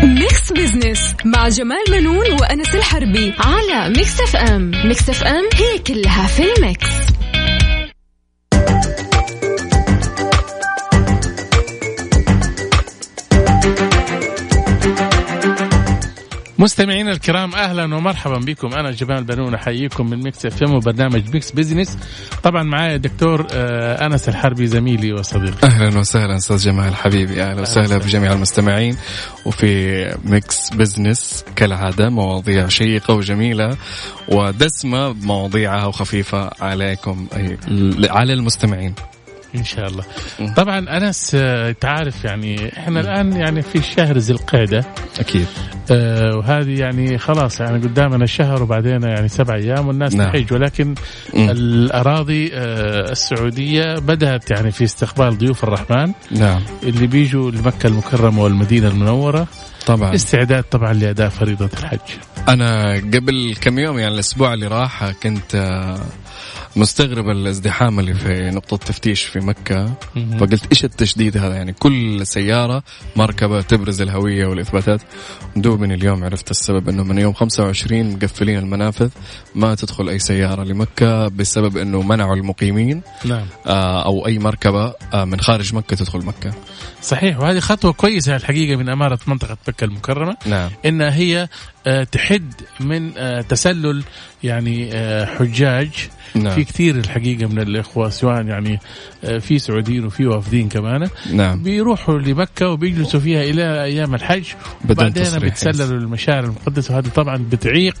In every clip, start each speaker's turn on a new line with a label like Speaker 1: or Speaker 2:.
Speaker 1: ميكس بزنس مع جمال منون وانس الحربي على ميكس اف ام ميكس اف ام هي كلها في الميكس
Speaker 2: مستمعينا الكرام اهلا ومرحبا بكم انا جمال بنون احييكم من ميكس اف ام وبرنامج ميكس بزنس طبعا معايا الدكتور آه، انس الحربي زميلي وصديقي
Speaker 3: اهلا وسهلا استاذ جمال حبيبي اهلا وسهلا بجميع المستمعين وفي ميكس بزنس كالعاده مواضيع شيقه وجميله ودسمه بمواضيعها وخفيفه عليكم أي على المستمعين
Speaker 2: ان شاء الله طبعا انس آه، تعرف يعني احنا الان يعني في شهر ذي القعده
Speaker 3: اكيد
Speaker 2: آه، وهذه يعني خلاص يعني قدامنا شهر وبعدين يعني سبع ايام والناس
Speaker 3: نعم.
Speaker 2: تحج ولكن
Speaker 3: مم.
Speaker 2: الاراضي آه، السعوديه بدات يعني في استقبال ضيوف الرحمن
Speaker 3: نعم
Speaker 2: اللي بيجوا لمكه المكرمه والمدينه المنوره
Speaker 3: طبعا
Speaker 2: استعداد طبعا لاداء فريضه الحج
Speaker 3: انا قبل كم يوم يعني الاسبوع اللي راح كنت آه، مستغرب الازدحام اللي في نقطة تفتيش في مكة
Speaker 2: مهم.
Speaker 3: فقلت ايش التشديد هذا يعني كل سيارة مركبة تبرز الهوية والاثباتات دوب من اليوم عرفت السبب انه من يوم 25 مقفلين المنافذ ما تدخل اي سيارة لمكة بسبب انه منعوا المقيمين
Speaker 2: نعم
Speaker 3: آه، او اي مركبة آه، من خارج مكة تدخل مكة
Speaker 2: صحيح وهذه خطوة كويسة الحقيقة من أمارة منطقة مكة المكرمة
Speaker 3: نعم
Speaker 2: إنها هي آه، تحد من آه، تسلل يعني آه، حجاج
Speaker 3: نعم.
Speaker 2: في كثير الحقيقة من الإخوة سواء يعني آه، في سعوديين وفي وافدين كمان
Speaker 3: نعم
Speaker 2: بيروحوا لمكة وبيجلسوا فيها إلى أيام الحج
Speaker 3: بدون
Speaker 2: وبعدين
Speaker 3: تصريح.
Speaker 2: بيتسللوا للمشاعر المقدسة وهذه طبعا بتعيق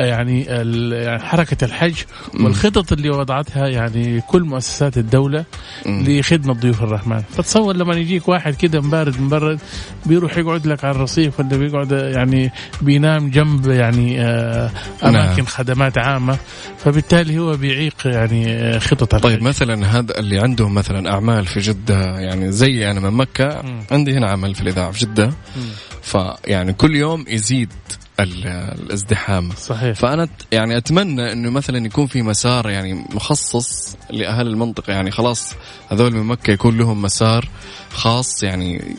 Speaker 2: آه، يعني ال- يعني حركة الحج والخطط اللي وضعتها يعني كل مؤسسات الدولة
Speaker 3: مم.
Speaker 2: لخدمه ضيوف الرحمن فتصور لما يجيك واحد كده مبارد مبرد بيروح يقعد لك على الرصيف ولا بيقعد يعني بينام جنب يعني آه، اماكن
Speaker 3: نعم.
Speaker 2: خدمات عامه فبالتالي هو بيعيق يعني آه، خطط
Speaker 3: طيب
Speaker 2: الحج.
Speaker 3: مثلا هذا اللي عندهم مثلا اعمال في جده يعني زي انا من مكه
Speaker 2: مم.
Speaker 3: عندي هنا عمل في الاذاعه في جده
Speaker 2: مم.
Speaker 3: فيعني كل يوم يزيد ال- الازدحام
Speaker 2: صحيح
Speaker 3: فانا ت- يعني اتمنى انه مثلا يكون في مسار يعني مخصص لاهل المنطقه يعني خلاص هذول من مكه يكون لهم مسار خاص يعني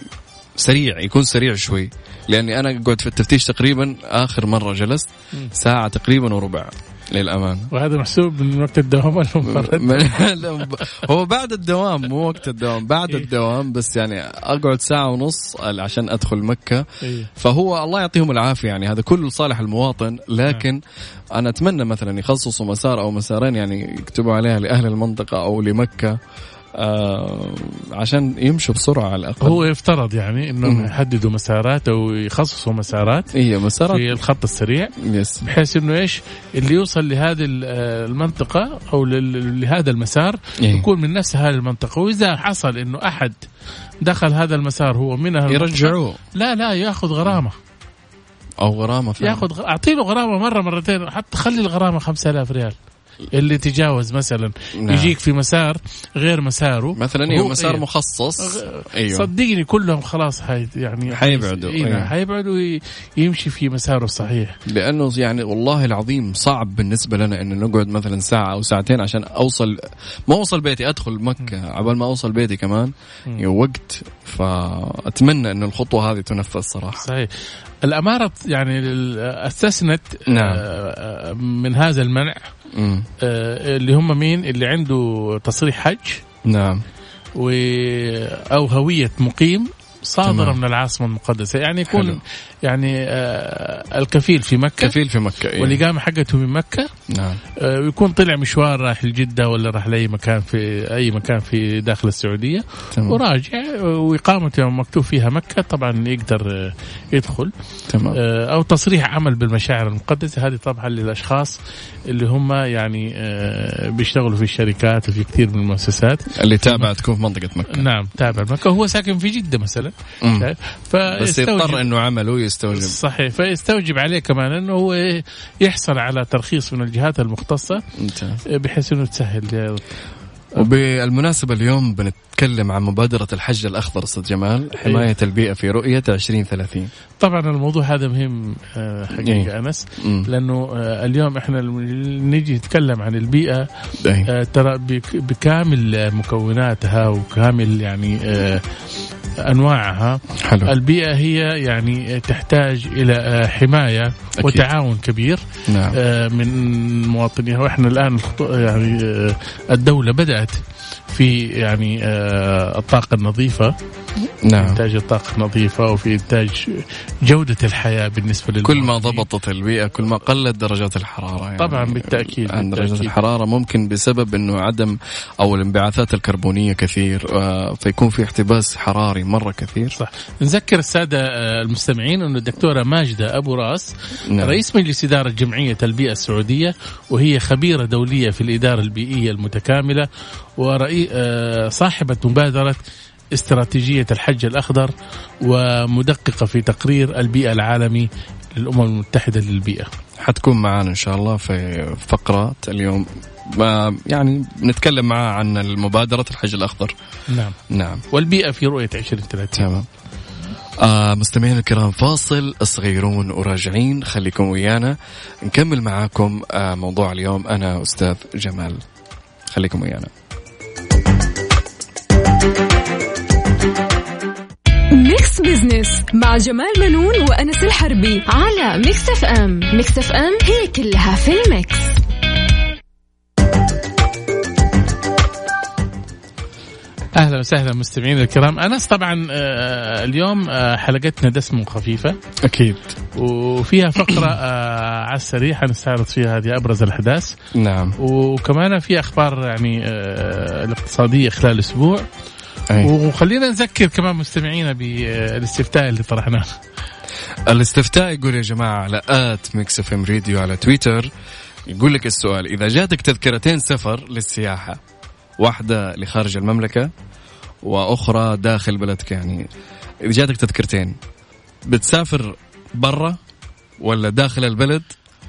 Speaker 3: سريع يكون سريع شوي لاني انا قعدت في التفتيش تقريبا اخر مره جلست
Speaker 2: مم.
Speaker 3: ساعه تقريبا وربع للامانه
Speaker 2: وهذا محسوب من وقت الدوام المبرد
Speaker 3: لا، هو بعد الدوام مو وقت الدوام بعد الدوام بس يعني اقعد ساعه ونص عشان ادخل مكه
Speaker 2: إيه.
Speaker 3: فهو الله يعطيهم العافيه يعني هذا كله لصالح المواطن
Speaker 2: نعم.
Speaker 3: لكن انا اتمنى مثلا يخصصوا مسار او مسارين يعني يكتبوا عليها لاهل المنطقه او لمكه آه عشان يمشوا بسرعه على الاقل
Speaker 2: هو يفترض يعني انهم
Speaker 3: مم.
Speaker 2: يحددوا مسارات او يخصصوا مسارات
Speaker 3: هي إيه، مسارات
Speaker 2: في الخط السريع
Speaker 3: يس
Speaker 2: بحيث انه ايش اللي يوصل لهذه ال- آه، المنطقه او لل- لهذا المسار
Speaker 3: إيه.
Speaker 2: يكون من نفس هذه المنطقه واذا حصل انه احد دخل هذا المسار هو من أهل المنطقة،
Speaker 3: يرجعوه
Speaker 2: لا لا ياخذ غرامه
Speaker 3: آه. او غرامه فعلاً.
Speaker 2: ياخذ غ- اعطي له غرامه مره مرتين حتى خلي الغرامه 5000 ريال اللي تجاوز مثلا
Speaker 3: نعم.
Speaker 2: يجيك في مسار غير مساره
Speaker 3: مثلا ايوه
Speaker 2: هو-
Speaker 3: مسار
Speaker 2: إيه.
Speaker 3: مخصص ايوه
Speaker 2: صدقني كلهم خلاص حي يعني
Speaker 3: حيبعدوا،
Speaker 2: إيه، نعم،
Speaker 3: أيوة.
Speaker 2: حيبعدوا وي- يمشي في مساره الصحيح
Speaker 3: لانه يعني والله العظيم صعب بالنسبه لنا انه نقعد مثلا ساعه او ساعتين عشان اوصل ما اوصل بيتي ادخل مكه عبال ما اوصل بيتي كمان يعني وقت فاتمنى انه الخطوه هذه تنفذ صراحه
Speaker 2: صحيح الأمارة يعني ال- استثنت
Speaker 3: نعم.
Speaker 2: آه، من هذا المنع
Speaker 3: امم
Speaker 2: آه، اللي هم مين اللي عنده تصريح حج
Speaker 3: نعم
Speaker 2: و أو هوية مقيم صادرة
Speaker 3: تمام.
Speaker 2: من العاصمة المقدسة يعني يكون
Speaker 3: حلو.
Speaker 2: يعني آه، الكفيل في مكة
Speaker 3: كفيل في مكه إيه.
Speaker 2: والإقامة حقته من مكة
Speaker 3: نعم
Speaker 2: آه، ويكون طلع مشوار رايح لجدة ولا راح لأي مكان في أي مكان في داخل السعودية
Speaker 3: تمام
Speaker 2: وراجع آه، وإقامته مكتوب فيها مكة طبعا يقدر آه، يدخل
Speaker 3: تمام
Speaker 2: آه، او تصريح عمل بالمشاعر المقدسه هذه طبعا للاشخاص اللي هم يعني آه، بيشتغلوا في الشركات وفي كثير من المؤسسات
Speaker 3: اللي تابع تكون في منطقه مكه
Speaker 2: نعم تابع مكه هو ساكن في جده مثلا آه.
Speaker 3: مم. بس يضطر
Speaker 2: فيستوجب
Speaker 3: انه عمله يستوجب
Speaker 2: صحيح فيستوجب عليه كمان انه هو يحصل على ترخيص من الجهات المختصه
Speaker 3: ممتاز
Speaker 2: آه، بحيث انه تسهل
Speaker 3: وبالمناسبة اليوم بنتكلم عن مبادرة الحج الأخضر أستاذ
Speaker 2: إيه.
Speaker 3: جمال حماية البيئة في رؤية 2030
Speaker 2: طبعا الموضوع هذا مهم آه،
Speaker 3: إيه.
Speaker 2: حقيقه انس
Speaker 3: مم.
Speaker 2: لانه آه، اليوم احنا نجي نتكلم عن البيئه
Speaker 3: إيه.
Speaker 2: آه، ترى بك- بكامل مكوناتها وكامل يعني آه، انواعها
Speaker 3: حلو
Speaker 2: البيئه هي يعني تحتاج الى آه، حمايه
Speaker 3: أكيد.
Speaker 2: وتعاون كبير
Speaker 3: نعم
Speaker 2: آه، من مواطنيها واحنا الان الخطو- يعني آه، الدوله بدات في يعني آه، الطاقه النظيفه
Speaker 3: نعم
Speaker 2: انتاج الطاقه النظيفه وفي انتاج جوده الحياه بالنسبه لل
Speaker 3: كل ما ضبطت البيئة كل ما قلت درجات الحرارة يعني
Speaker 2: طبعاً، بالتأكيد،
Speaker 3: عن درجات
Speaker 2: بالتأكيد.
Speaker 3: الحرارة ممكن بسبب انه عدم او الانبعاثات الكربونية كثير آه، فيكون في احتباس حراري مرة كثير
Speaker 2: صح نذكر الساده آه، المستمعين انه الدكتوره ماجده ابو راس
Speaker 3: نعم.
Speaker 2: رئيس مجلس إدارة جمعية البيئة السعودية وهي خبيرة دولية في الإدارة البيئية المتكاملة وصاحبة مبادرة استراتيجية الحج الأخضر ومدققة في تقرير البيئة العالمي للأمم المتحدة للبيئة
Speaker 3: حتكون معانا ان شاء الله في فقرة اليوم ما يعني نتكلم معاه عن مبادرة الحج الأخضر
Speaker 2: نعم
Speaker 3: نعم
Speaker 2: والبيئة في رؤية 2030
Speaker 3: تمام آه مستمعينا الكرام فاصل صغيرون وراجعين خليكم ويانا نكمل معاكم آه موضوع اليوم أنا أستاذ جمال خليكم ويانا
Speaker 1: ميكس بزنس مع جمال منون وانس الحربي على ميكس اف ام ميكس اف ام هي كلها في الميكس
Speaker 2: أهلا وسهلا مستمعينا الكرام أنس طبعا آه، اليوم آه، حلقتنا دسمة خفيفة
Speaker 3: أكيد
Speaker 2: وفيها فقرة آه، على السريع حنستعرض فيها هذه أبرز الأحداث
Speaker 3: نعم
Speaker 2: وكمان في اخبار يعني آه، الاقتصاديه خلال اسبوع
Speaker 3: أي.
Speaker 2: وخلينا نذكر كمان مستمعينا بالاستفتاء اللي طرحناه
Speaker 3: الاستفتاء يقول يا جماعة على آت ميكس اف ام راديو على تويتر يقول لك السؤال إذا جاتك تذكرتين سفر للسياحة واحدة لخارج المملكة وأخرى داخل بلدك يعني إذا جاتك تذكرتين بتسافر برا ولا داخل البلد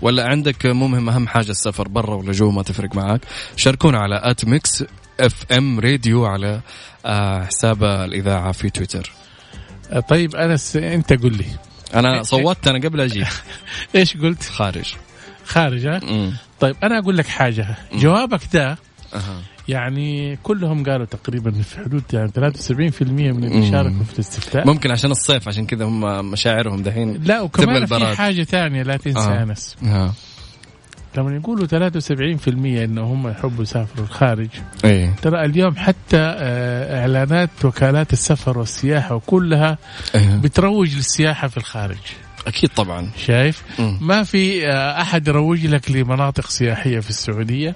Speaker 3: ولا عندك مو مهم أهم حاجة السفر برا ولا جوا ما تفرق معك شاركونا على آت ميكس اف ام راديو على آه، حساب الإذاعة في تويتر
Speaker 2: آه، طيب انس انت قل لي
Speaker 3: أنا صوتت أنا قبل أجي
Speaker 2: ايش قلت
Speaker 3: خارج
Speaker 2: خارج ها؟
Speaker 3: مم.
Speaker 2: طيب انا اقول لك حاجه جوابك ده
Speaker 3: أها.
Speaker 2: يعني كلهم قالوا تقريبا في حدود يعني 73% من اللي
Speaker 3: مم.
Speaker 2: شاركوا في الاستفتاء
Speaker 3: ممكن عشان الصيف عشان كذا هم مشاعرهم دحين
Speaker 2: لا وكمان
Speaker 3: تبقى
Speaker 2: في
Speaker 3: البراد.
Speaker 2: حاجه ثانيه لا تنسى
Speaker 3: آه.
Speaker 2: انس
Speaker 3: ها
Speaker 2: لما يقولوا 73% انه هم يحبوا يسافروا الخارج
Speaker 3: ايه
Speaker 2: ترى اليوم حتى آه، اعلانات وكالات السفر والسياحه وكلها
Speaker 3: إيه.
Speaker 2: بتروج للسياحه في الخارج
Speaker 3: اكيد طبعا
Speaker 2: شايف
Speaker 3: مم.
Speaker 2: ما في آه، احد يروج لك لمناطق سياحيه في السعوديه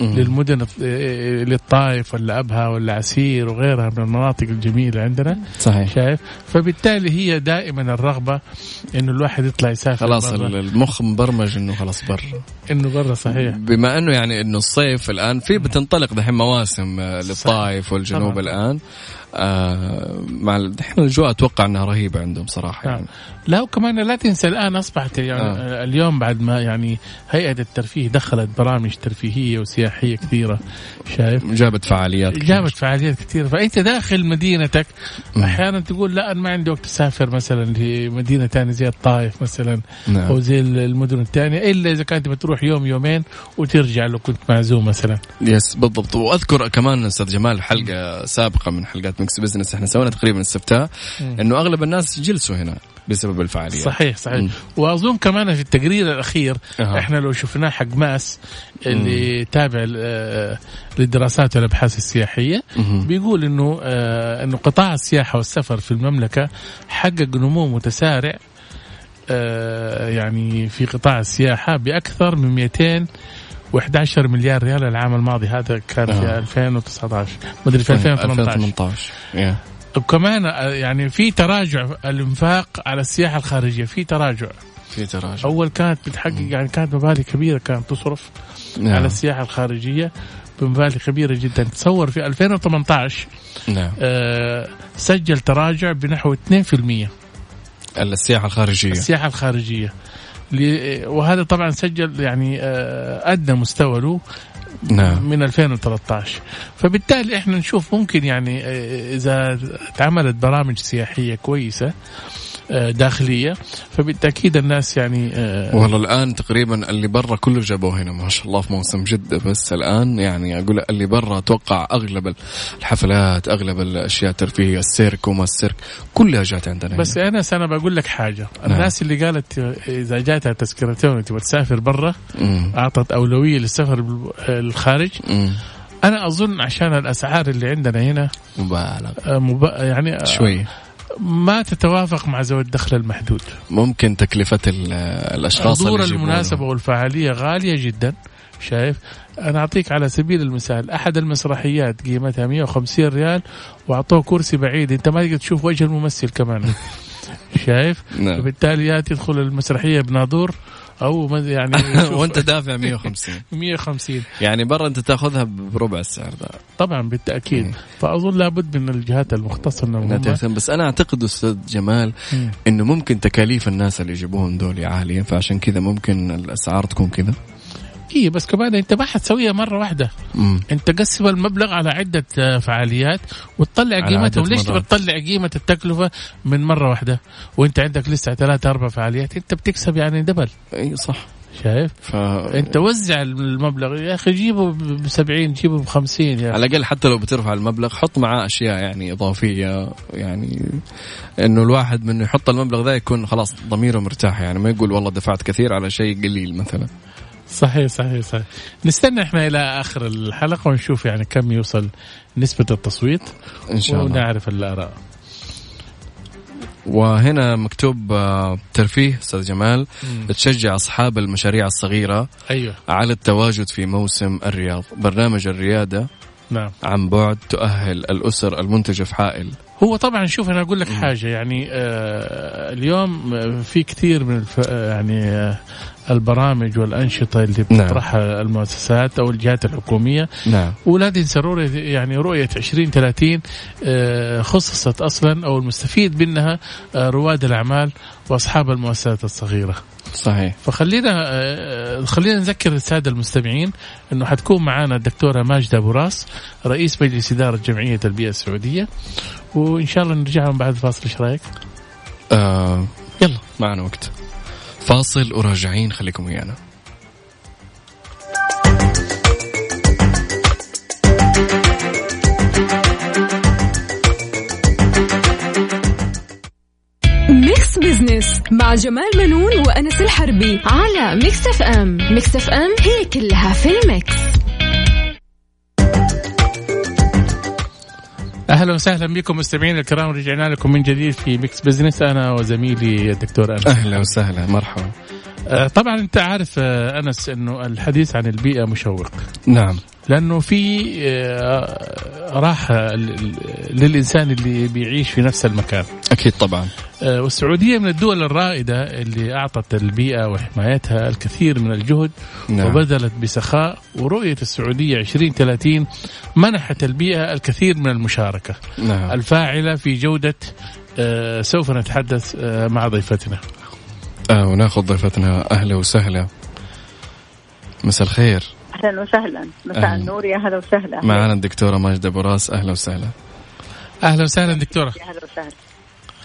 Speaker 3: مم.
Speaker 2: للمدن الط- آه، للطائف ولا ابها ولا عسير وغيرها من المناطق الجميله عندنا
Speaker 3: صحيح
Speaker 2: شايف فبالتالي هي دائما الرغبه انه الواحد يطلع يسافر
Speaker 3: خلاص
Speaker 2: برا.
Speaker 3: ال- المخ مبرمج انه خلاص بر
Speaker 2: انه برا صحيح
Speaker 3: بما انه يعني انه الصيف الان في بتنطلق دحين مواسم آه، للطائف والجنوب
Speaker 2: طبعاً.
Speaker 3: الان آه مع ال- دحين الاجواء اتوقع انها رهيبه عندهم صراحه
Speaker 2: نعم.
Speaker 3: يعني
Speaker 2: لا وكمان لا تنسى الان اصبحت يعني
Speaker 3: آه.
Speaker 2: آه. اليوم بعد ما يعني هيئه الترفيه دخلت برامج ترفيهيه وسياحيه كثيره شايف
Speaker 3: جابت فعاليات كثير.
Speaker 2: جابت فعاليات كثير فانت داخل مدينتك
Speaker 3: مم.
Speaker 2: احيانا تقول لا انا ما عندي وقت اسافر مثلا لمدينه ثانيه زي الطائف مثلا او
Speaker 3: نعم.
Speaker 2: زي المدن الثانيه الا اذا كانت بتروح يوم يومين وترجع لو كنت معزوم مثلا
Speaker 3: يس بالضبط واذكر كمان استاذ جمال حلقه سابقه من حلقات مكس بزنس احنا سوينا تقريبا استفتاء
Speaker 2: مم.
Speaker 3: انه اغلب الناس جلسوا هنا بسبب الفعاليه
Speaker 2: صحيح صحيح
Speaker 3: مم.
Speaker 2: واظن كمان في التقرير الاخير
Speaker 3: أها.
Speaker 2: احنا لو شفناه حق ماس اللي تابع آه، للدراسات والابحاث السياحيه
Speaker 3: مهم.
Speaker 2: بيقول انه آه انه قطاع السياحه والسفر في المملكه حقق نمو متسارع آه يعني في قطاع السياحه باكثر من 211 مليار ريال العام الماضي هذا كان في
Speaker 3: آه.
Speaker 2: 2019 مدري في 2018
Speaker 3: 2018 يا.
Speaker 2: وكمان آه، يعني في تراجع الانفاق على السياحه الخارجيه في تراجع
Speaker 3: في تراجع
Speaker 2: اول كانت بتحقق يعني كانت مبالغ كبيره كانت تصرف
Speaker 3: نعم.
Speaker 2: على السياحه الخارجيه بمبالغ كبيره جدا تصور في 2018
Speaker 3: نعم
Speaker 2: آه، سجل تراجع بنحو 2%
Speaker 3: السياحه الخارجيه
Speaker 2: السياحة الخارجية ل- وهذا طبعا سجل يعني آه، أدنى مستوى له
Speaker 3: نعم
Speaker 2: من 2013 فبالتالي احنا نشوف ممكن يعني آه، إذا اتعملت برامج سياحية كويسة آه، داخليه فبالتاكيد الناس يعني آه،
Speaker 3: والله الان تقريبا اللي برا كله جابوه هنا ما شاء الله في موسم جده بس الان يعني اقول اللي برا اتوقع اغلب الحفلات اغلب الاشياء الترفيهيه السيرك وما السيرك كلها جات عندنا
Speaker 2: بس
Speaker 3: هنا.
Speaker 2: انس انا بقول لك حاجه الناس اللي قالت آه، اذا جاتها تذكرتين وتبغى تسافر برا
Speaker 3: مم.
Speaker 2: اعطت اولويه للسفر بال- آه، للخارج
Speaker 3: مم.
Speaker 2: انا اظن عشان الاسعار اللي عندنا هنا
Speaker 3: مبالغ
Speaker 2: آه، مب... يعني آه،
Speaker 3: شوي
Speaker 2: ما تتوافق مع ذوي الدخل المحدود
Speaker 3: ممكن تكلفه ال- الاشخاص
Speaker 2: حضور
Speaker 3: اللي يجيبونهم.
Speaker 2: المناسبة والفعالية غالية جدا شايف أنا أعطيك على سبيل المثال أحد المسرحيات قيمتها 150 ريال وأعطوه كرسي بعيد أنت ما تقدر تشوف وجه الممثل كمان شايف
Speaker 3: نعم.
Speaker 2: فبالتالي يا تدخل المسرحية بناظور أو ما- يعني
Speaker 3: وانت دافع 150
Speaker 2: 150
Speaker 3: يعني برا انت تاخذها بربع السعر ده
Speaker 2: طبعا
Speaker 3: إيه.
Speaker 2: بالتأكيد فأظن لابد من الجهات المختصة
Speaker 3: انها
Speaker 2: أنهم
Speaker 3: تهتم بس انا اعتقد استاذ جمال
Speaker 2: مم.
Speaker 3: انه ممكن تكاليف الناس اللي يجيبوهم دول عاليه فعشان كذا ممكن الاسعار تكون كذا
Speaker 2: إيه بس كمان أنت ما حتسويها مرة واحدة
Speaker 3: مم.
Speaker 2: انت قسم المبلغ على عده آه، فعاليات وتطلع
Speaker 3: على
Speaker 2: قيمته
Speaker 3: عدة
Speaker 2: وليش
Speaker 3: مرات.
Speaker 2: تبي تطلع قيمه التكلفه من مره واحده وانت عندك لسه ثلاثة اربع فعاليات انت بتكسب يعني دبل
Speaker 3: اي صح
Speaker 2: شايف
Speaker 3: ف
Speaker 2: انت وزع المبلغ يا اخي جيبه ب 70 جيبه ب 50 يا أخي.
Speaker 3: على الاقل حتى لو بترفع المبلغ حط معاه اشياء يعني اضافيه يعني انه الواحد من يحط المبلغ ذا يكون خلاص ضميره مرتاح يعني ما يقول والله دفعت كثير على شيء قليل مثلا
Speaker 2: صحيح صحيح صحيح نستنى احنا الى اخر الحلقه ونشوف يعني كم يوصل نسبه التصويت
Speaker 3: ان شاء الله
Speaker 2: ونعرف الاراء
Speaker 3: وهنا مكتوب آه، ترفيه استاذ جمال
Speaker 2: مم.
Speaker 3: تشجع اصحاب المشاريع الصغيره
Speaker 2: ايوه
Speaker 3: على التواجد في موسم الرياض برنامج الرياده
Speaker 2: نعم
Speaker 3: عن بعد تؤهل الأسر المنتجة في حائل
Speaker 2: هو طبعا شوف انا اقول لك حاجه يعني آه اليوم آه، في كثير من الف... آه، يعني آه البرامج والانشطه اللي
Speaker 3: نعم.
Speaker 2: بتطرحها المؤسسات او الجهات الحكوميه
Speaker 3: نعم
Speaker 2: ولا تنسى رؤيه يعني رؤيه 2030 آه، خصصت اصلا او المستفيد منها آه، رواد الاعمال واصحاب المؤسسات الصغيره
Speaker 3: صحيح
Speaker 2: فخلينا آه، خلينا نذكر الساده المستمعين انه حتكون معنا الدكتوره ماجده ابو راس رئيس مجلس اداره جمعيه البيئه السعوديه وان شاء الله نرجع لهم بعد فاصل ايش رايك؟
Speaker 3: آه
Speaker 2: يلا
Speaker 3: معنا وقت فاصل وراجعين خليكم ويانا
Speaker 1: ميكس بزنس مع جمال منون وانس الحربي على ميكس اف ام ميكس اف ام هي كلها في الميكس
Speaker 2: اهلا وسهلا بكم مستمعينا الكرام رجعنا لكم من جديد في ميكس بزنس انا وزميلي الدكتور انس
Speaker 3: أهلا وسهلا مرحبا
Speaker 2: آه، طبعا انت عارف آه، انس انه الحديث عن البيئه مشوق
Speaker 3: نعم
Speaker 2: لانه في آه، راحه ل- للانسان اللي بيعيش في نفس المكان
Speaker 3: أكيد طبعا
Speaker 2: آه، والسعودية من الدول الرائدة اللي أعطت البيئة وحمايتها الكثير من الجهد
Speaker 3: نعم.
Speaker 2: وبذلت بسخاء ورؤية السعودية 2030 منحت البيئة الكثير من المشاركة
Speaker 3: نعم
Speaker 2: الفاعلة في جودة آه، سوف نتحدث آه، مع ضيفتنا
Speaker 3: آه وناخذ ضيفتنا أهلا وسهلا مساء الخير
Speaker 4: اهلا وسهلا مساء
Speaker 3: أهلا.
Speaker 4: النور يا هلا وسهلا
Speaker 3: معنا الدكتورة ماجدة براس أهلا وسهلا
Speaker 2: أهلا وسهلا دكتورة
Speaker 4: يا هلا وسهلا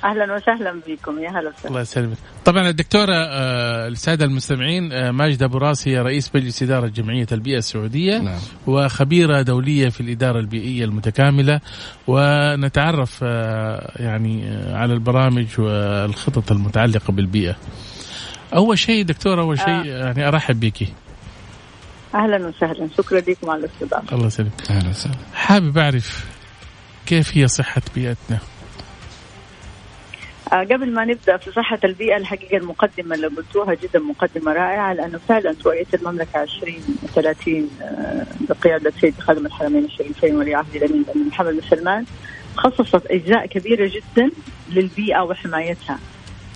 Speaker 4: اهلا وسهلا بكم يا هلا وسهلا
Speaker 2: الله يسلمك طبعا الدكتورة آه، السادة المستمعين آه، ماجدة أبو راس هي رئيس مجلس إدارة جمعية البيئة السعودية
Speaker 3: نعم
Speaker 2: وخبيرة دولية في الإدارة البيئية المتكاملة ونتعرف آه، يعني آه، على البرامج والخطط المتعلقة بالبيئة أول شيء دكتورة أول شيء يعني أرحب بك
Speaker 4: اهلا وسهلا شكرا لكم على الاستضافه
Speaker 2: الله يسلمك
Speaker 3: أهلا وسهلا
Speaker 2: حابب أعرف كيف هي صحة بيئتنا
Speaker 4: آه، قبل ما نبدا في صحه البيئه الحقيقه المقدمه اللي قلتوها جدا مقدمه رائعه لانه فعلا رؤيه المملكه 2030 آه، بقياده سيد خادم الحرمين الشريفين ولي عهد الامير الأمير محمد بن سلمان خصصت اجزاء كبيره جدا للبيئه وحمايتها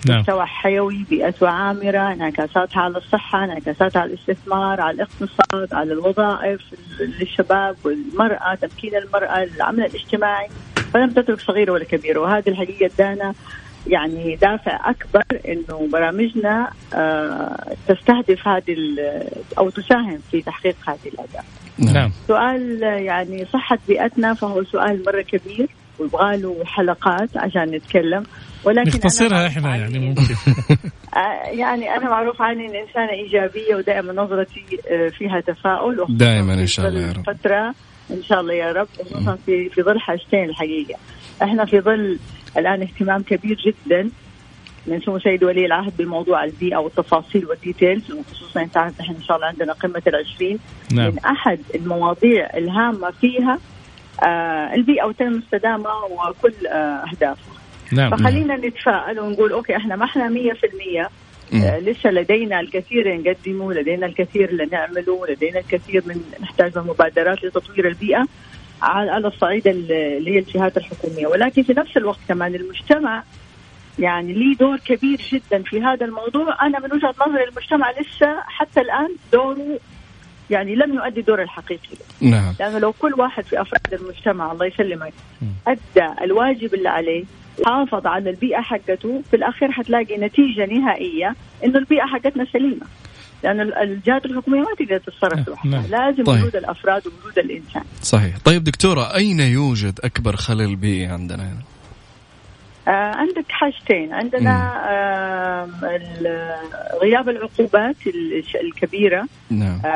Speaker 2: نعم
Speaker 4: مستوى حيوي بيئته عامرة انعكاساتها على الصحة انعكاساتها على الاستثمار على الاقتصاد على الوظائف للشباب والمرأة تمكين المرأة العمل الاجتماعي فلم تترك صغيرة ولا كبيرة وهذه الحقيقة ادانا يعني دافع أكبر أنه برامجنا آه، تستهدف هذه ال- أو تساهم في تحقيق هذه الأهداف آه،
Speaker 2: نعم
Speaker 4: سؤال يعني صحة بيئتنا فهو سؤال مرة كبير ويبغى له حلقات عشان نتكلم ولكن أنا
Speaker 2: نختصرها
Speaker 4: معروف
Speaker 2: احنا
Speaker 4: عني-
Speaker 2: يعني ممكن
Speaker 4: آه، يعني انا معروف عني ان انسانه ايجابيه ودائما نظرتي آه، فيها تفاؤل وخصوصاً
Speaker 3: دائماً إن
Speaker 4: في
Speaker 3: شاء الله
Speaker 4: ظل
Speaker 3: يا رب.
Speaker 4: فتره ان شاء الله يا رب خصوصا في في ظل حاجتين الحقيقه احنا في ظل الان اهتمام كبير جدا من سمو سيد ولي العهد بموضوع البيئه والتفاصيل والديتيلز وخصوصا انت عارف احنا ان شاء الله عندنا قمه العشرين
Speaker 2: نعم
Speaker 4: من احد المواضيع الهامه فيها آه، البيئه والتنميه المستدامه وكل آه، اهدافها
Speaker 2: نعم
Speaker 4: فخلينا نتفائل ونقول اوكي احنا ما احنا 100%
Speaker 3: مم.
Speaker 4: آه، لسه لدينا الكثير نقدمه لدينا الكثير لنعمله لدينا الكثير من نحتاج من مبادرات لتطوير البيئة على على الصعيد ال- اللي هي الجهات الحكومية ولكن في نفس الوقت كمان المجتمع يعني ليه دور كبير جدا في هذا الموضوع أنا من وجهة نظري المجتمع لسه حتى الآن دوره يعني لم يؤدي دوره الحقيقي
Speaker 3: نعم
Speaker 4: لانه لو كل واحد في افراد المجتمع الله يسلمك ادى الواجب اللي عليه حافظ على البيئه حقته في الاخير حتلاقي نتيجه نهائيه انه البيئه حقتنا سليمه لانه ال- الجهات الحكوميه ما تقدر تتصرف لوحدها
Speaker 2: نعم.
Speaker 4: لازم
Speaker 3: طيب.
Speaker 4: وجود الافراد ووجود الانسان
Speaker 3: صحيح طيب دكتورة أين يوجد أكبر خلل بيئي عندنا هنا؟
Speaker 4: آه عندك حاجتين عندنا آه غياب العقوبات ال- الكبيره
Speaker 3: نعم
Speaker 4: آه،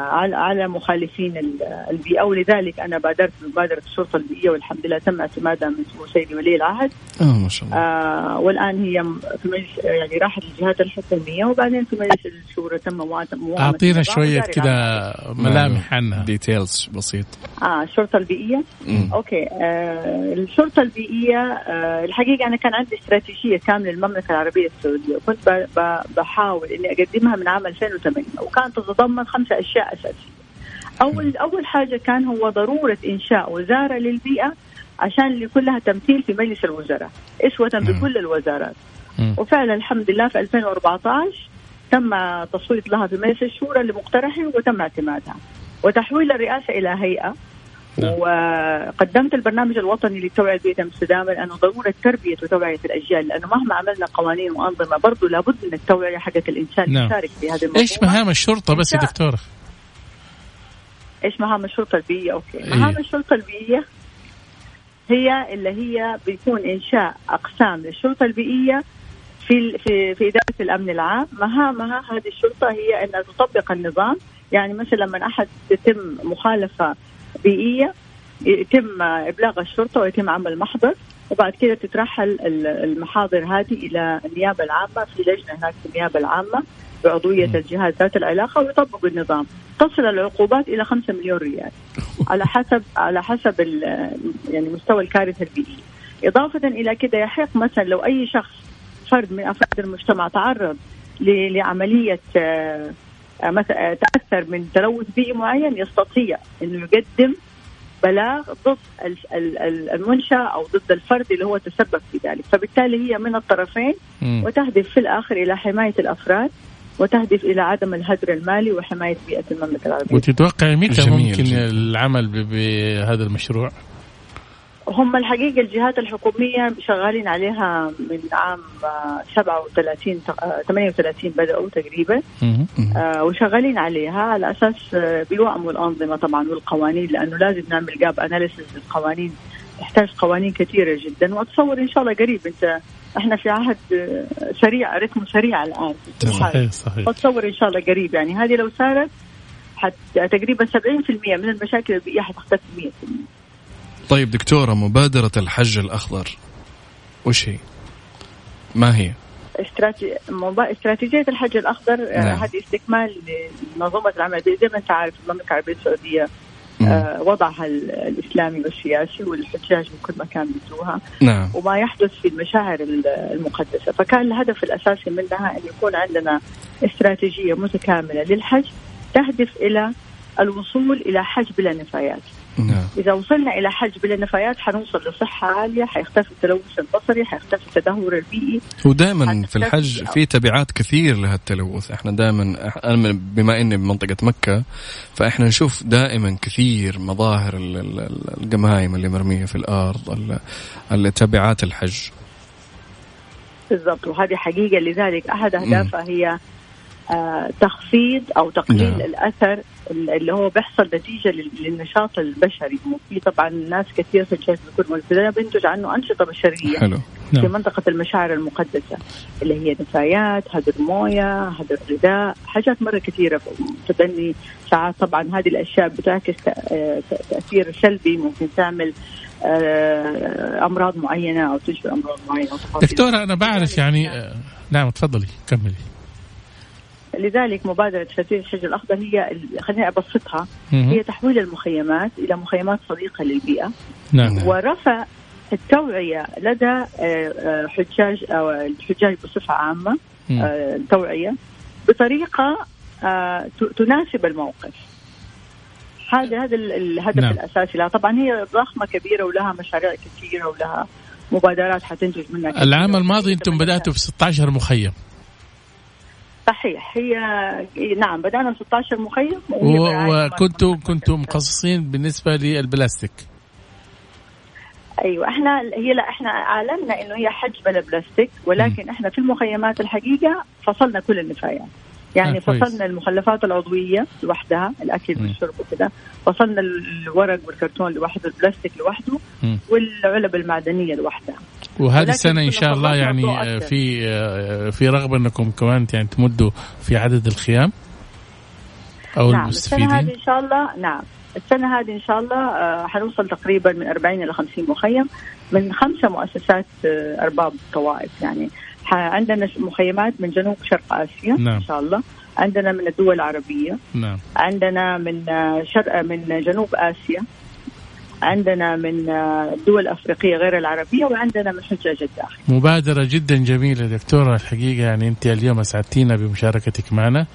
Speaker 4: على على مخالفين ال- البيئه ولذلك انا بادرت بمبادره الشرطه البيئيه والحمد لله تم اعتمادها من سمو سيدي ولي العهد
Speaker 3: آه ما شاء الله
Speaker 4: آه والان هي م- في مجلس يعني راحت للجهات الحكوميه وبعدين في مجلس الشورى تم موات- موافقة
Speaker 2: اعطينا
Speaker 4: النظام
Speaker 2: شويه
Speaker 4: ودار
Speaker 2: كذا
Speaker 4: العمل.
Speaker 2: ملامح عنها
Speaker 3: ديتيلز بسيط
Speaker 4: اه الشرطه البيئيه
Speaker 3: مم.
Speaker 4: اوكي آه الشرطه البيئيه آه الحقيقه انا كان عندي استراتيجيه كامله للمملكه العربيه السعوديه وكنت ب- ب- بحاول اني اقدمها من عام 2008 وكانت تتضمن خمسه اشياء اساسيه. اول اول حاجه كان هو ضروره انشاء وزاره للبيئه عشان اللي كلها تمثيل في مجلس الوزراء اسوه بكل الوزارات
Speaker 2: مم.
Speaker 4: وفعلا الحمد لله في 2014 تم تصويت لها في مجلس الشورى لمقترحه وتم اعتمادها وتحويل الرئاسه الى هيئه
Speaker 2: نعم.
Speaker 4: وقدمت البرنامج الوطني للتوعيه البيئه المستدامه لانه ضروره تربيه وتوعيه الاجيال لانه مهما عملنا قوانين وانظمه برضه لابد من التوعيه حقت الانسان
Speaker 2: نعم.
Speaker 4: يشارك في هذه المنظومه
Speaker 2: ايش مهام الشرطه بس يا دكتوره؟
Speaker 4: ايش مهام الشرطه البيئيه اوكي
Speaker 2: إيه.
Speaker 4: مهام الشرطه البيئيه هي اللي هي بيكون انشاء اقسام للشرطه البيئيه في ال- في في اداره الامن العام مهامها هذه الشرطه هي انها تطبق النظام يعني مثلا لما احد يتم مخالفه بيئيه يتم ابلاغ الشرطه ويتم عمل محضر وبعد كده تترحل ال- المحاضر هذه الى النيابه العامه في لجنه هناك في النيابه العامه بعضويه الجهات ذات العلاقه ويطبقوا النظام تصل العقوبات الى 5 مليون ريال على حسب على حسب ال- يعني مستوى الكارثه البيئيه اضافه الى كده يحق مثلا لو اي شخص فرد من افراد المجتمع تعرض ل- لعمليه آه، آه، مث- آه، تاثر من تلوث بيئي معين يستطيع انه يقدم بلاغ ضد ال- ال- ال- المنشأ أو ضد الفرد اللي هو تسبب في ذلك فبالتالي هي من الطرفين
Speaker 2: مم.
Speaker 4: وتهدف في الآخر إلى حماية الأفراد وتهدف إلى عدم الهدر المالي وحماية بيئة المملكة العربية
Speaker 2: وتتوقع متى
Speaker 3: جميل
Speaker 2: ممكن
Speaker 3: جدا.
Speaker 2: العمل ب- بهذا المشروع؟
Speaker 4: هم الحقيقة الجهات الحكومية شغالين عليها من عام آه، 37 تق- آه، 38 بدأوا تقريبا
Speaker 2: مم.
Speaker 4: آه، وشغالين عليها على اساس آه، بيوأموا الانظمه طبعا والقوانين لانه لازم نعمل جاب اناليسيس للقوانين تحتاج قوانين كثيره جدا واتصور ان شاء الله قريب انت احنا في عهد آه، سريع رتم سريع الان في الحال.
Speaker 2: صحيح صحيح
Speaker 4: فاتصور ان شاء الله قريب يعني هذه لو سارت حتى تقريبا 70% من المشاكل البيئيه حتختفي 100%
Speaker 3: طيب دكتورة مبادرة الحج الأخضر وش هي؟ ما هي؟
Speaker 4: استراتي- موبا- استراتيجية الحج الأخضر آه،
Speaker 3: نعم.
Speaker 4: هذه استكمال لمنظومة العمل البيئي زي ما أنت عارف المملكة العربية السعودية
Speaker 3: مم.
Speaker 4: آه، وضعها ال- الإسلامي والسياسي والحجاج من كل مكان بيزوها
Speaker 3: نعم
Speaker 4: وما يحدث في المشاعر ال- المقدسة فكان الهدف الأساسي منها أن يكون عندنا استراتيجية متكاملة للحج تهدف إلى الوصول إلى حج بلا نفايات
Speaker 3: نعم
Speaker 4: إذا وصلنا إلى حج بلا نفايات حنوصل لصحة عالية حيختفي التلوث البصري حيختفي التدهور البيئي
Speaker 3: ودائما
Speaker 4: حتى
Speaker 3: في الحج
Speaker 4: التلوث.
Speaker 3: في تبعات كثير لهالتلوث احنا دائما أنا من- بما اني بمنطقه مكه فاحنا نشوف دائما كثير مظاهر ال- ال- ال- القمايم اللي مرميه في الارض ال- ال- تبعات الحج
Speaker 4: بالضبط وهذه حقيقة لذلك أحد أهدافها هي آه، تخفيض أو تقليل
Speaker 3: نعم.
Speaker 4: الأثر اللي هو بيحصل نتيجه لل- للنشاط البشري وفي طبعا ناس كثير في الجهاز الذكوري والانثى بينتج عنه انشطه بشريه
Speaker 3: حلو
Speaker 4: في
Speaker 2: نعم
Speaker 4: منطقة المشاعر المقدسة اللي هي نفايات هدر موية هدر غذاء حاجات مرة كثيرة تبني ساعات طبعا هذه الأشياء بتعكس تأ- تأثير سلبي ممكن تعمل آه، أمراض معينة أو تشفي أمراض معينة
Speaker 2: دكتورة أنا بعرف يعني آه، نعم تفضلي كملي
Speaker 4: لذلك مبادرة فتيل الحجر الأخضر هي ال- خليني أبسطها
Speaker 2: مهم.
Speaker 4: هي تحويل المخيمات إلى مخيمات صديقة للبيئة
Speaker 2: نعم
Speaker 4: ورفع التوعية لدى آه، آه، حجاج أو الحجاج بصفة عامة
Speaker 2: مم.
Speaker 4: آه، التوعية بطريقة آه، ت- تناسب الموقف هذا هذا ال- الهدف
Speaker 2: نعم.
Speaker 4: نعم. الأساسي لها طبعا هي ضخمة كبيرة ولها مشاريع كثيرة ولها مبادرات حتنتج منها كثير.
Speaker 2: العام الماضي أنتم بدأتوا ب 16 مخيم
Speaker 4: صحيح هي نعم بدأنا ب 16 مخيم وهي
Speaker 2: و-
Speaker 4: برعاية
Speaker 2: وكنتوا
Speaker 4: منطقة-
Speaker 2: كنتوا مخصصين بالنسبة للبلاستيك
Speaker 4: ايوه احنا هي لا احنا اعلنا انه هي حج بلا بلاستيك ولكن احنا في المخيمات الحقيقه فصلنا كل النفايات يعني
Speaker 2: آه،
Speaker 4: آه
Speaker 2: كويس.
Speaker 4: فصلنا المخلفات العضويه لوحدها الاكل
Speaker 3: مم.
Speaker 4: والشرب وكذا فصلنا الورق والكرتون لوحده البلاستيك لوحده
Speaker 2: مم.
Speaker 4: والعلب المعدنيه لوحدها
Speaker 2: وهذه
Speaker 4: ولكن
Speaker 2: السنة إن
Speaker 4: كنا
Speaker 2: شاء الله
Speaker 4: خلصنا
Speaker 2: يعني
Speaker 4: الضوء
Speaker 2: آه،
Speaker 4: أكثر.
Speaker 2: في آه، في رغبة أنكم كمان يعني تمدوا في عدد الخيام أو
Speaker 4: نعم السنه هذه
Speaker 2: المستفيدين
Speaker 4: ان شاء الله نعم السنه هذه ان شاء الله آه حنوصل تقريبا من 40 الى 50 مخيم من خمسه مؤسسات آه ارباب طوائف يعني ح- عندنا ش- مخيمات من جنوب شرق اسيا
Speaker 2: نعم.
Speaker 4: ان شاء الله عندنا من الدول العربيه
Speaker 2: نعم
Speaker 4: عندنا من آه، شرق من جنوب اسيا عندنا من آه، الدول الافريقيه غير العربيه وعندنا من حجاج الداخل
Speaker 2: مبادرة جدا جميلة دكتورة الحقيقة يعني أنت اليوم أسعدتينا بمشاركتك معنا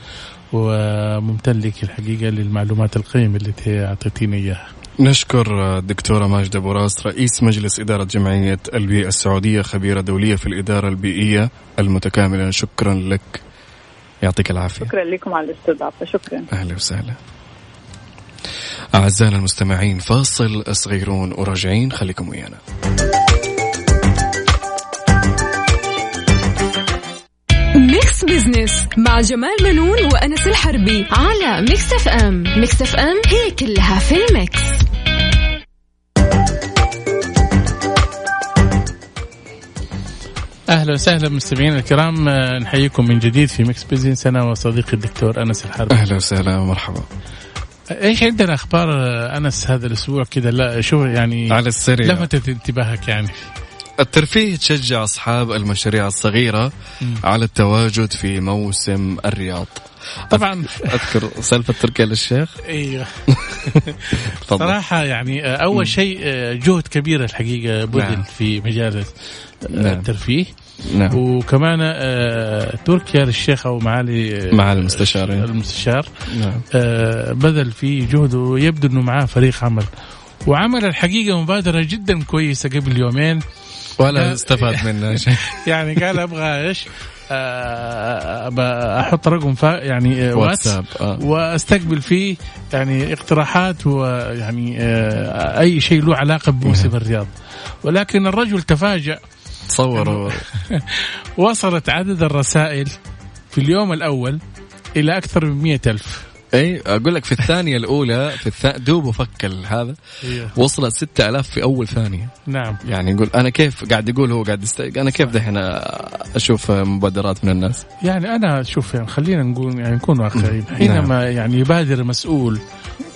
Speaker 2: وممتن لك الحقيقة للمعلومات القيمة اللي أعطيتينا إياها
Speaker 3: نشكر الدكتورة ماجدة بوراس رئيس مجلس إدارة جمعية البيئة السعودية خبيرة دولية في الإدارة البيئية المتكاملة شكرا لك يعطيك العافية
Speaker 4: شكرا لكم على الاستضافه شكرا
Speaker 3: أهلا وسهلا أعزائنا المستمعين فاصل صغيرون وراجعين خليكم ويانا
Speaker 1: ميكس بزنس مع جمال منون وانس الحربي على ميكس اف ام ميكس اف ام هي كلها في الميكس
Speaker 2: أهلا وسهلا مستمعينا الكرام آه، نحييكم من جديد في ميكس بيزنس أنا وصديقي الدكتور أنس الحربي
Speaker 3: أهلا وسهلا ومرحبا
Speaker 2: إيش عندنا أخبار آه، أنس هذا الأسبوع كذا لا شو يعني
Speaker 3: على السريع
Speaker 2: لفتت انتباهك يعني
Speaker 3: الترفيه تشجع أصحاب المشاريع الصغيرة على التواجد في موسم الرياض
Speaker 2: طبعا
Speaker 3: أذكر سالفة تركيا للشيخ
Speaker 2: ايوه
Speaker 3: تفضل.
Speaker 2: صراحه يعني آه، اول شيء آه، جهد كبير الحقيقه بذل
Speaker 3: نعم.
Speaker 2: في مجال آه،
Speaker 3: نعم.
Speaker 2: الترفيه
Speaker 3: نعم
Speaker 2: وكمان آه، تركيا للشيخ او معالي آه،
Speaker 3: مع المستشارين
Speaker 2: المستشار
Speaker 3: نعم
Speaker 2: آه، بذل فيه جهده يبدو انه معاه فريق عمل وعمل الحقيقه مبادره جدا كويسه قبل يومين
Speaker 3: ولا
Speaker 2: لا.
Speaker 3: استفاد منها شيء
Speaker 2: يعني قال ابغى ايش آه، أبا احط رقم فا يعني آه، واتس
Speaker 3: واتساب آه.
Speaker 2: واستقبل فيه يعني اقتراحات ويعني آه، اي شيء له علاقه
Speaker 3: نعم.
Speaker 2: بموسم الرياض ولكن الرجل تفاجأ
Speaker 3: تصوروا
Speaker 2: وصلت عدد الرسائل في اليوم الاول الى اكثر من مئة الف
Speaker 3: اي اقول لك في الثانيه الاولى في الث... دوب وفك هذا وصلت 6000 في اول ثانيه
Speaker 2: نعم
Speaker 3: يعني يقول انا كيف قاعد يقول هو قاعد يست... انا كيف دحين اشوف مبادرات من الناس
Speaker 2: يعني انا شوف يعني خلينا نقول يعني نكون واقعيين حينما يعني يبادر مسؤول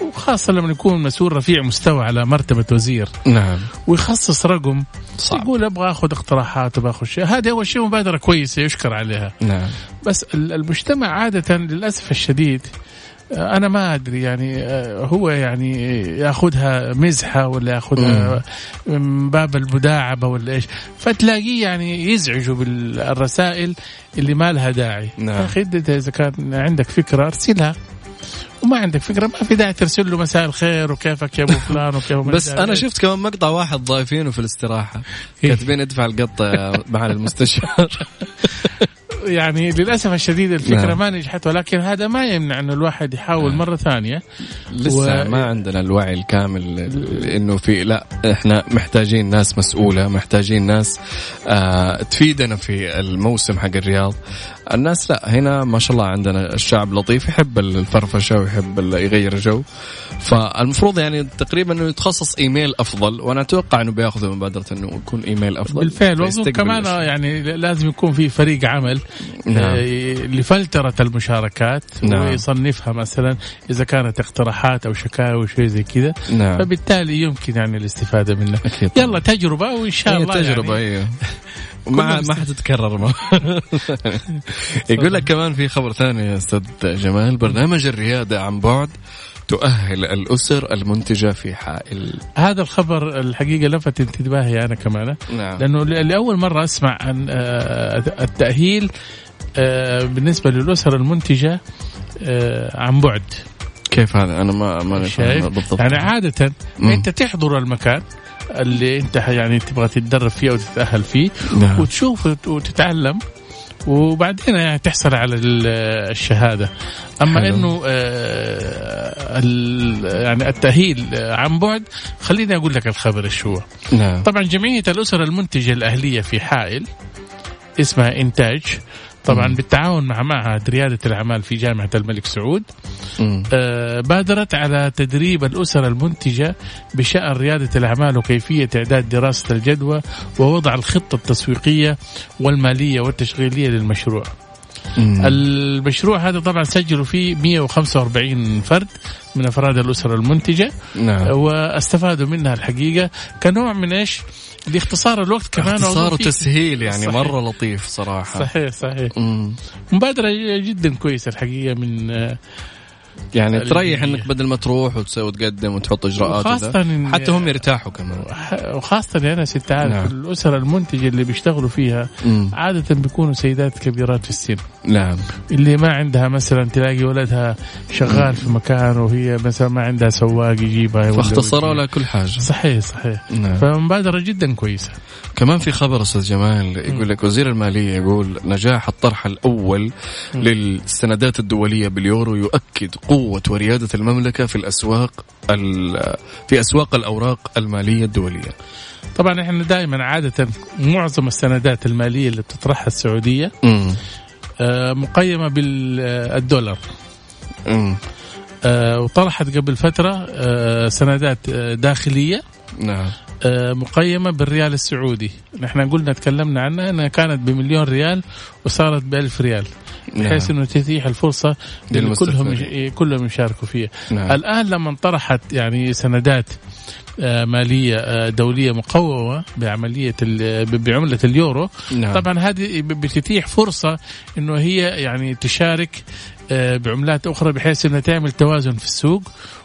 Speaker 2: وخاصة لما يكون مسؤول رفيع مستوى على مرتبة وزير
Speaker 3: نعم
Speaker 2: ويخصص رقم
Speaker 3: صعب.
Speaker 2: يقول ابغى اخذ اقتراحات وباخذ شيء هذه اول شيء مبادرة كويسة يشكر عليها
Speaker 3: نعم
Speaker 2: بس ال- المجتمع عادة للأسف الشديد آه، أنا ما أدري يعني آه، هو يعني ياخذها مزحة ولا ياخذها من باب المداعبة ولا إيش فتلاقيه يعني يزعجه بالرسائل اللي ما لها داعي
Speaker 3: نعم.
Speaker 2: يا أخي أنت إذا كان عندك فكرة أرسلها وما عندك فكرة ما في داعي ترسل له مساء الخير وكيفك يا أبو فلان وكيف ما
Speaker 3: بس
Speaker 2: أدري إيه.
Speaker 3: انا
Speaker 2: إيش.
Speaker 3: شفت كمان مقطع واحد ضايفينه في الاستراحه كاتبين ادفع القط آه، مع المستشار
Speaker 2: يعني للأسف الشديد الفكرة
Speaker 3: نعم.
Speaker 2: ما نجحت ولكن هذا ما يمنع أن الواحد يحاول مرة ثانية
Speaker 3: لسه
Speaker 2: و-
Speaker 3: ما عندنا الوعي الكامل انه في لا احنا محتاجين ناس مسؤوله محتاجين ناس آه تفيدنا في الموسم حق الرياض الناس لا هنا ما شاء الله عندنا الشعب لطيف يحب الفرفشه ويحب ال- يغير جو فالمفروض يعني تقريبا انه يتخصص ايميل افضل وانا اتوقع انه بياخذوا مبادره انه يكون ايميل افضل
Speaker 2: بالفعل
Speaker 3: فيستقبل
Speaker 2: وكمان
Speaker 3: الأشياء.
Speaker 2: يعني لازم يكون في فريق عمل
Speaker 3: نعم.
Speaker 2: آه، لفلترة المشاركات
Speaker 3: نعم.
Speaker 2: ويصنفها مثلا إذا كانت اقتراحات أو شكاوى وشيء زي كذا
Speaker 3: نعم
Speaker 2: فبالتالي يمكن يعني الاستفاده منه
Speaker 3: أكيد طبعاً.
Speaker 2: يلا تجربه وان شاء
Speaker 3: هي
Speaker 2: الله
Speaker 3: تجربه
Speaker 2: يعني
Speaker 3: ايوه ما ما حتتكرر ما يقول لك كمان في خبر ثاني يا استاذ جمال برنامج الرياده عن بعد تؤهل الاسر المنتجه في حائل
Speaker 2: هذا الخبر الحقيقه لفت انتباهي انا كمان
Speaker 3: نعم
Speaker 2: لانه ل- لاول مره اسمع عن آه، التاهيل آه، بالنسبه للاسر المنتجه آه، عن بعد
Speaker 3: كيف هذا انا ما ما
Speaker 2: شايف
Speaker 3: فاهم بالضبط
Speaker 2: يعني عاده
Speaker 3: مم.
Speaker 2: انت تحضر المكان اللي انت ح- يعني تبغى تتدرب فيه او تتاهل فيه
Speaker 3: نعم.
Speaker 2: وتشوف وت- وتتعلم وبعدين يعني تحصل على ال- الشهاده اما
Speaker 3: حلو.
Speaker 2: انه آه، ال- يعني التاهيل آه، عن بعد خليني اقول لك الخبر ايش هو
Speaker 3: نعم
Speaker 2: طبعا جمعيه الاسر المنتجه الاهليه في حائل اسمها انتاج طبعا بالتعاون مع معهد رياده الاعمال في جامعه الملك سعود
Speaker 3: مم.
Speaker 2: آه، بادرت على تدريب الأسر المنتجة بشأن ريادة الأعمال وكيفية إعداد دراسة الجدوى ووضع الخطة التسويقية والمالية والتشغيلية للمشروع
Speaker 3: مم.
Speaker 2: المشروع هذا طبعا سجلوا فيه 145 فرد من أفراد الأسر المنتجة
Speaker 3: نعم
Speaker 2: واستفادوا منها الحقيقة كنوع من إيش لاختصار الوقت كمان
Speaker 3: اختصار
Speaker 2: وأظن فيه-
Speaker 3: وتسهيل يعني
Speaker 2: صحيح.
Speaker 3: مره لطيف صراحه
Speaker 2: صحيح صحيح
Speaker 3: مم.
Speaker 2: مبادرة جدا كويسة الحقيقة من آه،
Speaker 3: يعني تريح
Speaker 2: اللي-
Speaker 3: انك بدل ما تروح وتسوي وتقدم وتحط اجراءات
Speaker 2: وخاصة
Speaker 3: وذا.
Speaker 2: إن-
Speaker 3: حتى هم يرتاحوا كمان
Speaker 2: وخاصة يعني ست تعرف نعم.
Speaker 3: نعم.
Speaker 2: الأسر المنتجة اللي بيشتغلوا فيها
Speaker 3: مم.
Speaker 2: عادة بيكونوا سيدات كبيرات في السن
Speaker 3: نعم
Speaker 2: اللي ما عندها مثلا تلاقي ولدها شغال في مكان وهي مثلا ما عندها سواق يجيبها ولا-
Speaker 3: فاختصروا لها كل حاجه
Speaker 2: صحيح صحيح
Speaker 3: نعم.
Speaker 2: فمبادرة جدا كويسة
Speaker 3: كمان في خبر استاذ جمال يقول لك وزير الماليه يقول نجاح الطرح الاول للسندات الدوليه باليورو يؤكد قوه ورياده المملكه في الاسواق ال- في اسواق الاوراق الماليه الدوليه.
Speaker 2: طبعا احنا دائما عادة معظم السندات المالية اللي بتطرحها السعودية
Speaker 3: امم
Speaker 2: آه، مقيمة بالدولار آه،
Speaker 3: امم
Speaker 2: وطرحت قبل فترة آه، سندات آه، داخلية
Speaker 3: نعم
Speaker 2: آه، مقيمة بالريال السعودي نحن قلنا تكلمنا عنها أنها كانت بمليون ريال وصارت بألف ريال
Speaker 3: نعم
Speaker 2: بحيث أنه تتيح الفرصة لأن
Speaker 3: للمستثمرين.
Speaker 2: كلهم يش- إيه، كلهم يشاركوا فيها
Speaker 3: نعم
Speaker 2: الآن لما انطرحت يعني سندات آه، مالية آه، دولية مقومة بعملية ال- ب- بعملة اليورو
Speaker 3: نعم طبعا
Speaker 2: طبعا هذه ب- بتتيح فرصة أنه هي يعني تشارك آه، بعملات أخرى بحيث أنها تعمل توازن في السوق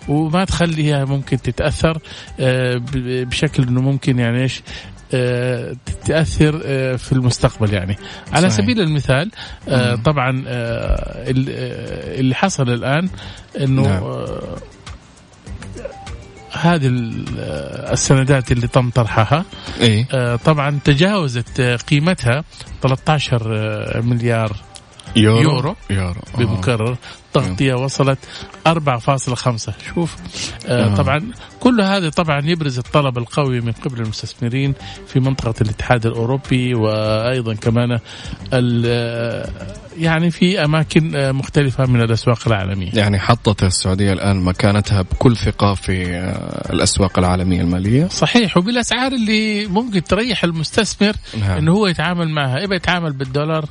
Speaker 2: وما تخليها ممكن تتأثر آه، ب- بشكل أنه ممكن يعني إيش آه، تتأثر آه، في المستقبل يعني على
Speaker 3: صحيح.
Speaker 2: سبيل المثال آه،
Speaker 3: مم.
Speaker 2: طبعا آه، ال- آه، اللي حصل الآن أنه
Speaker 3: نعم.
Speaker 2: آه، هذه ال- آه، السندات اللي تم طرحها
Speaker 3: ايه
Speaker 2: آه، طبعا تجاوزت آه، قيمتها 13 آه، مليار
Speaker 3: يورو
Speaker 2: يورو.
Speaker 3: يورو آه.
Speaker 2: بمكرر تغطية وصلت 4.5 شوف آه،
Speaker 3: آه.
Speaker 2: طبعا كل هذا طبعا يبرز الطلب القوي من قبل المستثمرين في منطقة الاتحاد الأوروبي وأيضا كمان ال- آه، يعني في أماكن آه، مختلفة من الأسواق العالمية
Speaker 3: يعني حطت السعوديه الان مكانتها بكل ثقه في آه، الاسواق العالميه الماليه
Speaker 2: صحيح وبالاسعار اللي ممكن تريح المستثمر
Speaker 3: نعم.
Speaker 2: انه هو يتعامل معها، يبغى يتعامل بالدولار،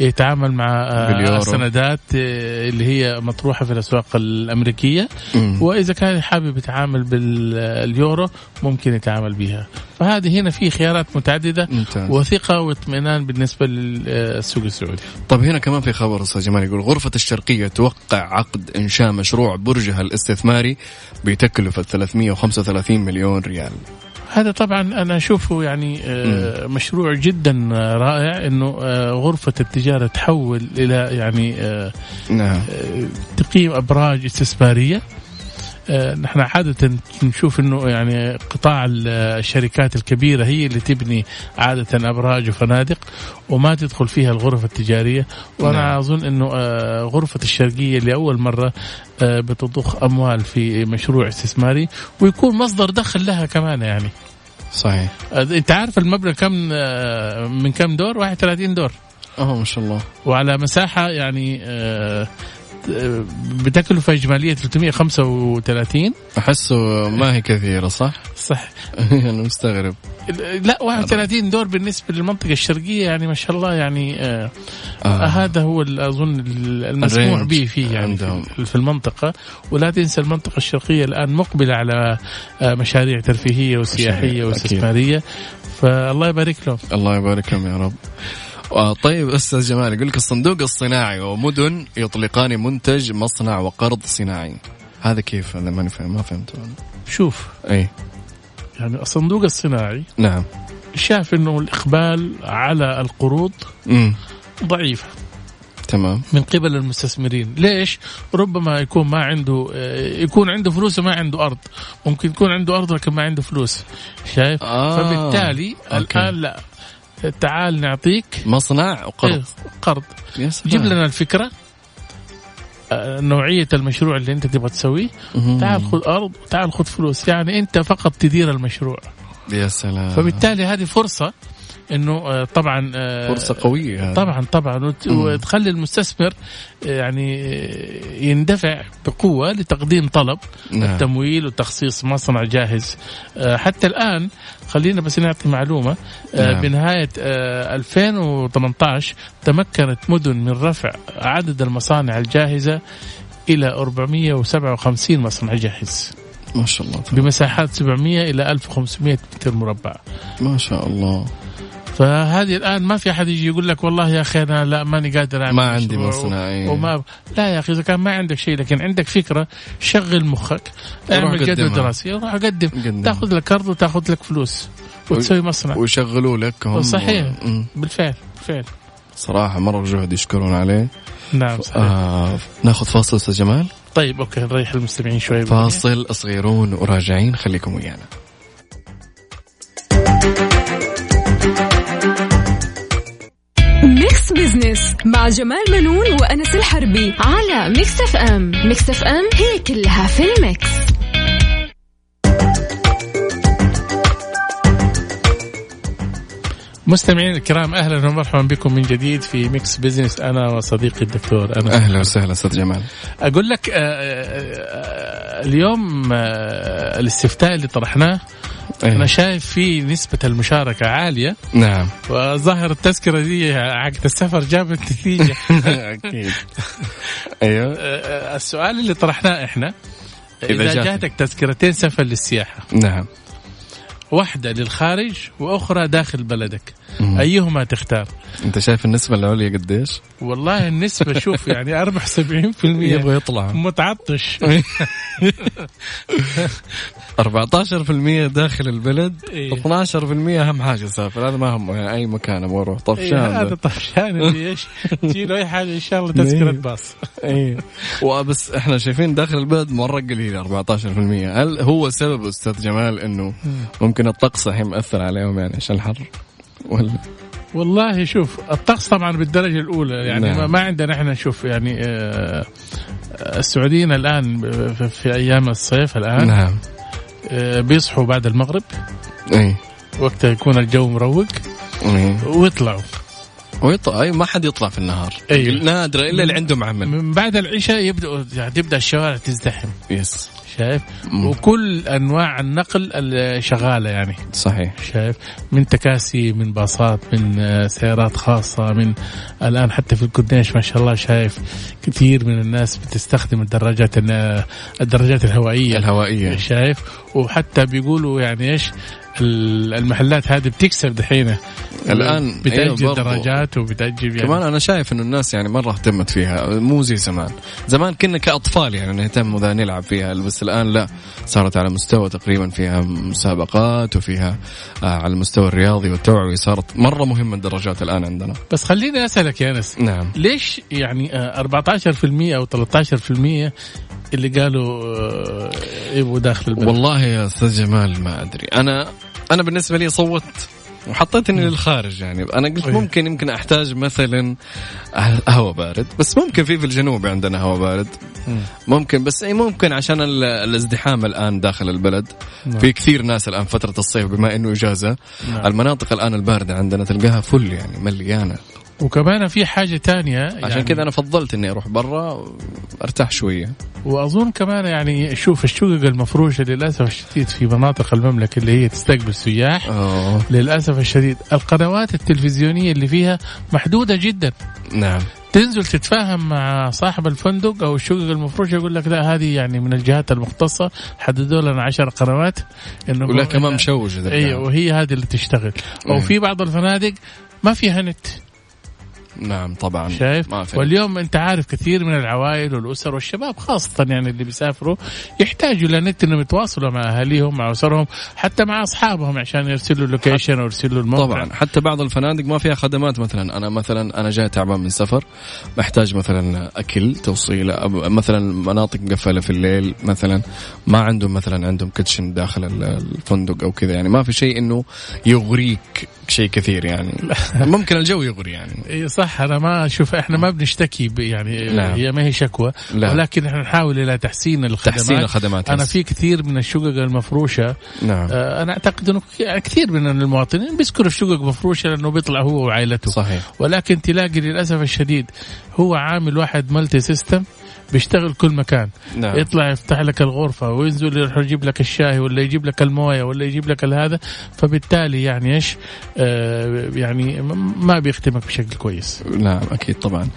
Speaker 2: يتعامل مع آه،
Speaker 3: باليورو.
Speaker 2: السندات آه، اللي هي مطروحه في الاسواق الامريكيه،
Speaker 3: مم.
Speaker 2: واذا كان حابب يتعامل باليورو ممكن يتعامل بها، فهذه هنا في خيارات متعدده
Speaker 3: ممتاز
Speaker 2: وثقه واطمئنان بالنسبه للسوق السعودي.
Speaker 3: طيب هنا كمان في خبر استاذ جمال يقول غرفة الشرقية توقع عقد انشاء مشروع برجها الاستثماري بتكلفة 335 مليون ريال.
Speaker 2: هذا طبعا انا اشوفه يعني آه، مشروع جدا آه، رائع انه آه، غرفه التجاره تحول الى يعني آه،
Speaker 3: نعم
Speaker 2: تقييم ابراج استثماريه آه، نحن عادة نشوف انه يعني قطاع ال- الشركات الكبيرة هي اللي تبني عادة ابراج وفنادق وما تدخل فيها الغرف التجارية وانا
Speaker 3: نعم.
Speaker 2: نعم. اظن انه آه، غرفة الشرقية لاول مرة آه، بتضخ اموال في مشروع استثماري ويكون مصدر دخل لها كمان يعني
Speaker 3: صحيح
Speaker 2: آه، انت عارف المبنى كم آه، من كم دور؟ 31 دور
Speaker 3: اه ما شاء الله
Speaker 2: وعلى مساحة يعني آه، آه، بتكلفة إجمالية 335
Speaker 3: احسه ما هي كثيره صح؟
Speaker 2: صح
Speaker 3: انا مستغرب
Speaker 2: لا 31 دور بالنسبة للمنطقة الشرقية يعني ما شاء الله يعني آه آه. هذا هو ال- أظن ال- المسموع
Speaker 3: الرينج
Speaker 2: به فيه يعني
Speaker 3: عندهم.
Speaker 2: في- في المنطقة ولا تنسى المنطقة الشرقية الآن مقبلة على آه مشاريع ترفيهية وسياحية
Speaker 3: مشاريع،
Speaker 2: واستثمارية فالله يبارك لهم
Speaker 3: الله يبارك لهم يا رب آه، طيب استاذ جمال يقول لك الصندوق الصناعي ومدن يطلقان منتج مصنع وقرض صناعي هذا كيف هذا ماني فاهم ما فهمته أنا.
Speaker 2: شوف
Speaker 3: اي
Speaker 2: يعني الصندوق الصناعي
Speaker 3: نعم
Speaker 2: شاف انه الإقبال على القروض
Speaker 3: امم
Speaker 2: ضعيف
Speaker 3: تمام
Speaker 2: من قبل المستثمرين ليش ربما يكون ما عنده آه، يكون عنده فلوس وما عنده أرض ممكن يكون عنده أرض لكن ما عنده فلوس شايف
Speaker 3: آه.
Speaker 2: فبالتالي
Speaker 3: أوكي.
Speaker 2: الآن لا تعال نعطيك
Speaker 3: مصنع
Speaker 2: إيه،
Speaker 3: وقرض
Speaker 2: قرض
Speaker 3: يا سلام.
Speaker 2: إيه. جيب لنا الفكرة آه، نوعية المشروع اللي أنت تبغى تسويه
Speaker 3: مهم.
Speaker 2: تعال خذ أرض تعال خذ فلوس يعني أنت فقط تدير المشروع
Speaker 3: يا سلام
Speaker 2: آه. فبالتالي هذه فرصة انه آه، طبعا آه،
Speaker 3: فرصة قوية هذه.
Speaker 2: طبعا طبعا وت-
Speaker 3: مم.
Speaker 2: وتخلي المستثمر يعني يندفع بقوه لتقديم طلب
Speaker 3: نعم.
Speaker 2: التمويل وتخصيص مصنع جاهز آه، حتى الان خلينا بس نعطي معلومه آه،
Speaker 3: نعم.
Speaker 2: بنهايه آه، 2018 تمكنت مدن من رفع عدد المصانع الجاهزه الى 457 مصنع جاهز
Speaker 3: ما شاء الله تبارك.
Speaker 2: بمساحات 700 الى 1500 متر مربع
Speaker 3: ما شاء الله
Speaker 2: فهذه الان ما في احد يجي يقول لك والله يا اخي انا لا ماني قادر اعمل
Speaker 3: ما عندي
Speaker 2: مشروع
Speaker 3: مصنع، إيه. أي.
Speaker 2: وما لا يا اخي اذا كان ما عندك شيء لكن عندك فكره شغل مخك اعمل جدول
Speaker 3: قدمها.
Speaker 2: دراسي روح قدم
Speaker 3: قدمها.
Speaker 2: تاخذ لك قرض وتاخذ لك فلوس وتسوي مصنع
Speaker 3: ويشغلوا لك هم
Speaker 2: نعم. صحيح.
Speaker 3: مم.
Speaker 2: بالفعل بالفعل
Speaker 3: صراحة مرة جهد يشكرون عليه
Speaker 2: نعم صحيح.
Speaker 3: آه ناخذ فاصل استاذ جمال
Speaker 2: طيب اوكي نريح المستمعين شوي
Speaker 3: فاصل صغيرون وراجعين خليكم ويانا
Speaker 1: ميكس بزنس مع جمال منون وانس الحربي على ميكس اف ام ميكس اف ام هي كلها في الميكس
Speaker 2: مستمعين الكرام اهلا ومرحبا بكم من جديد في ميكس بزنس انا وصديقي الدكتور انا
Speaker 3: اهلا وسهلا استاذ جمال
Speaker 2: اقول لك آه، آه، آه، اليوم آه، الاستفتاء اللي طرحناه
Speaker 3: إيه.
Speaker 2: انا شايف في نسبة المشاركة عالية
Speaker 3: نعم
Speaker 2: وظاهر التذكرة دي حقت السفر جابت نتيجة
Speaker 3: اكيد ايوه
Speaker 2: أه، السؤال اللي طرحناه احنا
Speaker 3: إذا
Speaker 2: إذا,
Speaker 3: جاتك.
Speaker 2: جاتك تذكرتين سفر للسياحة
Speaker 3: نعم
Speaker 2: واحدة للخارج وأخرى داخل بلدك
Speaker 3: مم.
Speaker 2: أيهما تختار
Speaker 3: انت شايف النسبة العليا قديش؟
Speaker 2: والله النسبة شوف يعني 74%
Speaker 3: يبغى يطلع
Speaker 2: متعطش
Speaker 3: 14% داخل البلد
Speaker 2: إيه.
Speaker 3: 12% اهم حاجه اسافر هذا ما همه يعني اي مكان ابغى اروح
Speaker 2: إيه، هذا
Speaker 3: طفشان
Speaker 2: طفشان اللي ايش تجيله اي حاجه ان شاء الله تذكره
Speaker 3: إيه.
Speaker 2: باص
Speaker 3: اي وبس احنا شايفين داخل البلد مره قليل 14% هل هو سبب استاذ جمال انه
Speaker 2: إيه.
Speaker 3: ممكن الطقس الحين مأثر عليهم يعني عشان الحر ولا
Speaker 2: والله شوف الطقس طبعا بالدرجه الاولى يعني
Speaker 3: نعم.
Speaker 2: ما- ما عندنا احنا شوف يعني آه، السعوديين الان ب- في- في ايام الصيف الان
Speaker 3: نعم
Speaker 2: آه، بيصحوا بعد المغرب
Speaker 3: اي
Speaker 2: وقتها يكون الجو مروق
Speaker 3: اي
Speaker 2: ويطلعوا
Speaker 3: إيه. ويطلع اي ما حد يطلع في النهار
Speaker 2: أي.
Speaker 3: نادرة الا اللي عندهم عمل
Speaker 2: من بعد العشاء يبداوا يعني تبدا الشوارع تزدحم
Speaker 3: يس
Speaker 2: شايف وكل انواع النقل ال- شغاله يعني
Speaker 3: صحيح
Speaker 2: شايف من تكاسي من باصات من آه، سيارات خاصة من الآن حتى في الكورنيش ما شاء الله شايف كثير من الناس بتستخدم الدراجات النا- الدراجات الهوائية
Speaker 3: الهوائية
Speaker 2: شايف وحتى بيقولوا يعني ايش ال- المحلات هذه بتكسب دحين
Speaker 3: الآن أيوة
Speaker 2: بتأجل
Speaker 3: برضو.
Speaker 2: دراجات وبتأجل يعني
Speaker 3: كمان انا شايف انه الناس يعني مره اهتمت فيها مو زي زمان زمان كنا كاطفال يعني نهتم وذا نلعب فيها بس الان لا صارت على مستوى تقريبا فيها مسابقات وفيها آه على المستوى الرياضي والتوعوي صارت مره مهمه الدرجات الان عندنا
Speaker 2: بس خليني أسألك يا أنس
Speaker 3: نعم
Speaker 2: ليش يعني آه، 14% أو 13% اللي قالوا آه، يبغوا داخل البلد
Speaker 3: والله يا استاذ جمال ما ادري انا انا بالنسبه لي صوتت وحطيتني للخارج يعني انا قلت
Speaker 2: طيب.
Speaker 3: ممكن يمكن احتاج مثلا ه- هواء بارد بس ممكن في في الجنوب عندنا هواء بارد
Speaker 2: مم.
Speaker 3: ممكن بس اي ممكن عشان ال- الازدحام الان داخل البلد
Speaker 2: نعم.
Speaker 3: في كثير ناس الان فتره الصيف بما انه اجازه
Speaker 2: نعم.
Speaker 3: المناطق الان البارده عندنا تلقاها فل يعني مليانه
Speaker 2: وكمان في حاجه تانية
Speaker 3: عشان
Speaker 2: يعني
Speaker 3: كذا انا فضلت اني اروح برا ارتاح شويه
Speaker 2: واظن كمان يعني شوف الشقق المفروشه للاسف الشديد في مناطق المملكه اللي هي تستقبل سياح
Speaker 3: اه
Speaker 2: للاسف الشديد القنوات التلفزيونيه اللي فيها محدوده جدا
Speaker 3: نعم
Speaker 2: تنزل تتفاهم مع صاحب الفندق او الشقق المفروشه يقول لك لا هذه يعني من الجهات المختصه حددوا لنا 10 قنوات انه
Speaker 3: ولا كمان نعم. مشوش ذا
Speaker 2: ايوه وهي هذه اللي تشتغل او
Speaker 3: مم.
Speaker 2: في بعض الفنادق ما فيها نت
Speaker 3: نعم طبعا ما
Speaker 2: شايف
Speaker 3: في
Speaker 2: واليوم انت عارف كثير من العوائل والاسر والشباب خاصه يعني اللي بيسافروا يحتاجوا الى نت انهم يتواصلوا مع اهاليهم مع اسرهم حتى مع اصحابهم عشان يرسلوا اللوكيشن او يرسلوا الموقع
Speaker 3: طبعا حتى بعض الفنادق ما فيها خدمات مثلا انا مثلا انا جاي تعبان من سفر محتاج مثلا اكل توصيل أب- مثلا مناطق مقفله في الليل مثلا ما عندهم مثلا عندهم كيتشن داخل ال- الفندق او كذا يعني ما في شيء انه يغريك شيء كثير يعني ممكن الجو يغري يعني
Speaker 2: إيه صح انا ما اشوف احنا ما بنشتكي ب- يعني
Speaker 3: نعم.
Speaker 2: هي ما هي شكوى
Speaker 3: لا.
Speaker 2: ولكن احنا نحاول الى تحسين الخدمات
Speaker 3: تحسين الخدمات
Speaker 2: انا
Speaker 3: بس.
Speaker 2: في كثير من الشقق المفروشه
Speaker 3: نعم
Speaker 2: آه، انا اعتقد انه ك- كثير من المواطنين بيسكنوا في شقق مفروشه لانه بيطلع هو وعائلته
Speaker 3: صحيح
Speaker 2: ولكن تلاقي للاسف الشديد هو عامل واحد مالتي سيستم بيشتغل كل مكان
Speaker 3: نعم
Speaker 2: يطلع يفتح لك الغرفه وينزل يروح يجيب لك الشاي ولا يجيب لك المويه ولا يجيب لك هذا فبالتالي يعني ايش آه يعني م- ما بيخدمك بشكل كويس
Speaker 3: نعم اكيد طبعا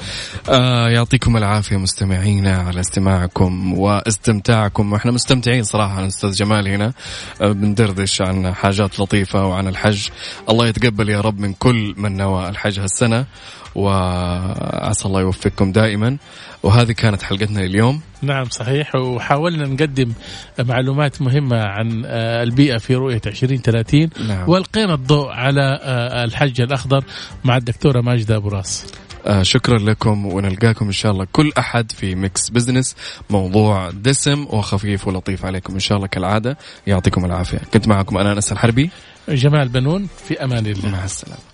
Speaker 3: آه يعطيكم العافيه مستمعينا على استماعكم واستمتاعكم واحنا مستمتعين صراحه انا استاذ جمال هنا آه بندردش عن حاجات لطيفه وعن الحج الله يتقبل يا رب من كل من نوى الحج هالسنه وعسى الله يوفقكم دائما وهذه كانت حلقتنا لليوم
Speaker 2: نعم صحيح وحاولنا نقدم معلومات مهمه عن آه، البيئه في رؤيه 2030
Speaker 3: نعم.
Speaker 2: والقينا الضوء على آه، الحج الاخضر مع الدكتوره ماجده ابو راس
Speaker 3: آه شكرا لكم ونلقاكم ان شاء الله كل احد في ميكس بزنس موضوع دسم وخفيف ولطيف عليكم ان شاء الله كالعاده يعطيكم العافيه كنت معكم انا انس الحربي
Speaker 2: جمال بنون في امان الله
Speaker 3: مع السلامه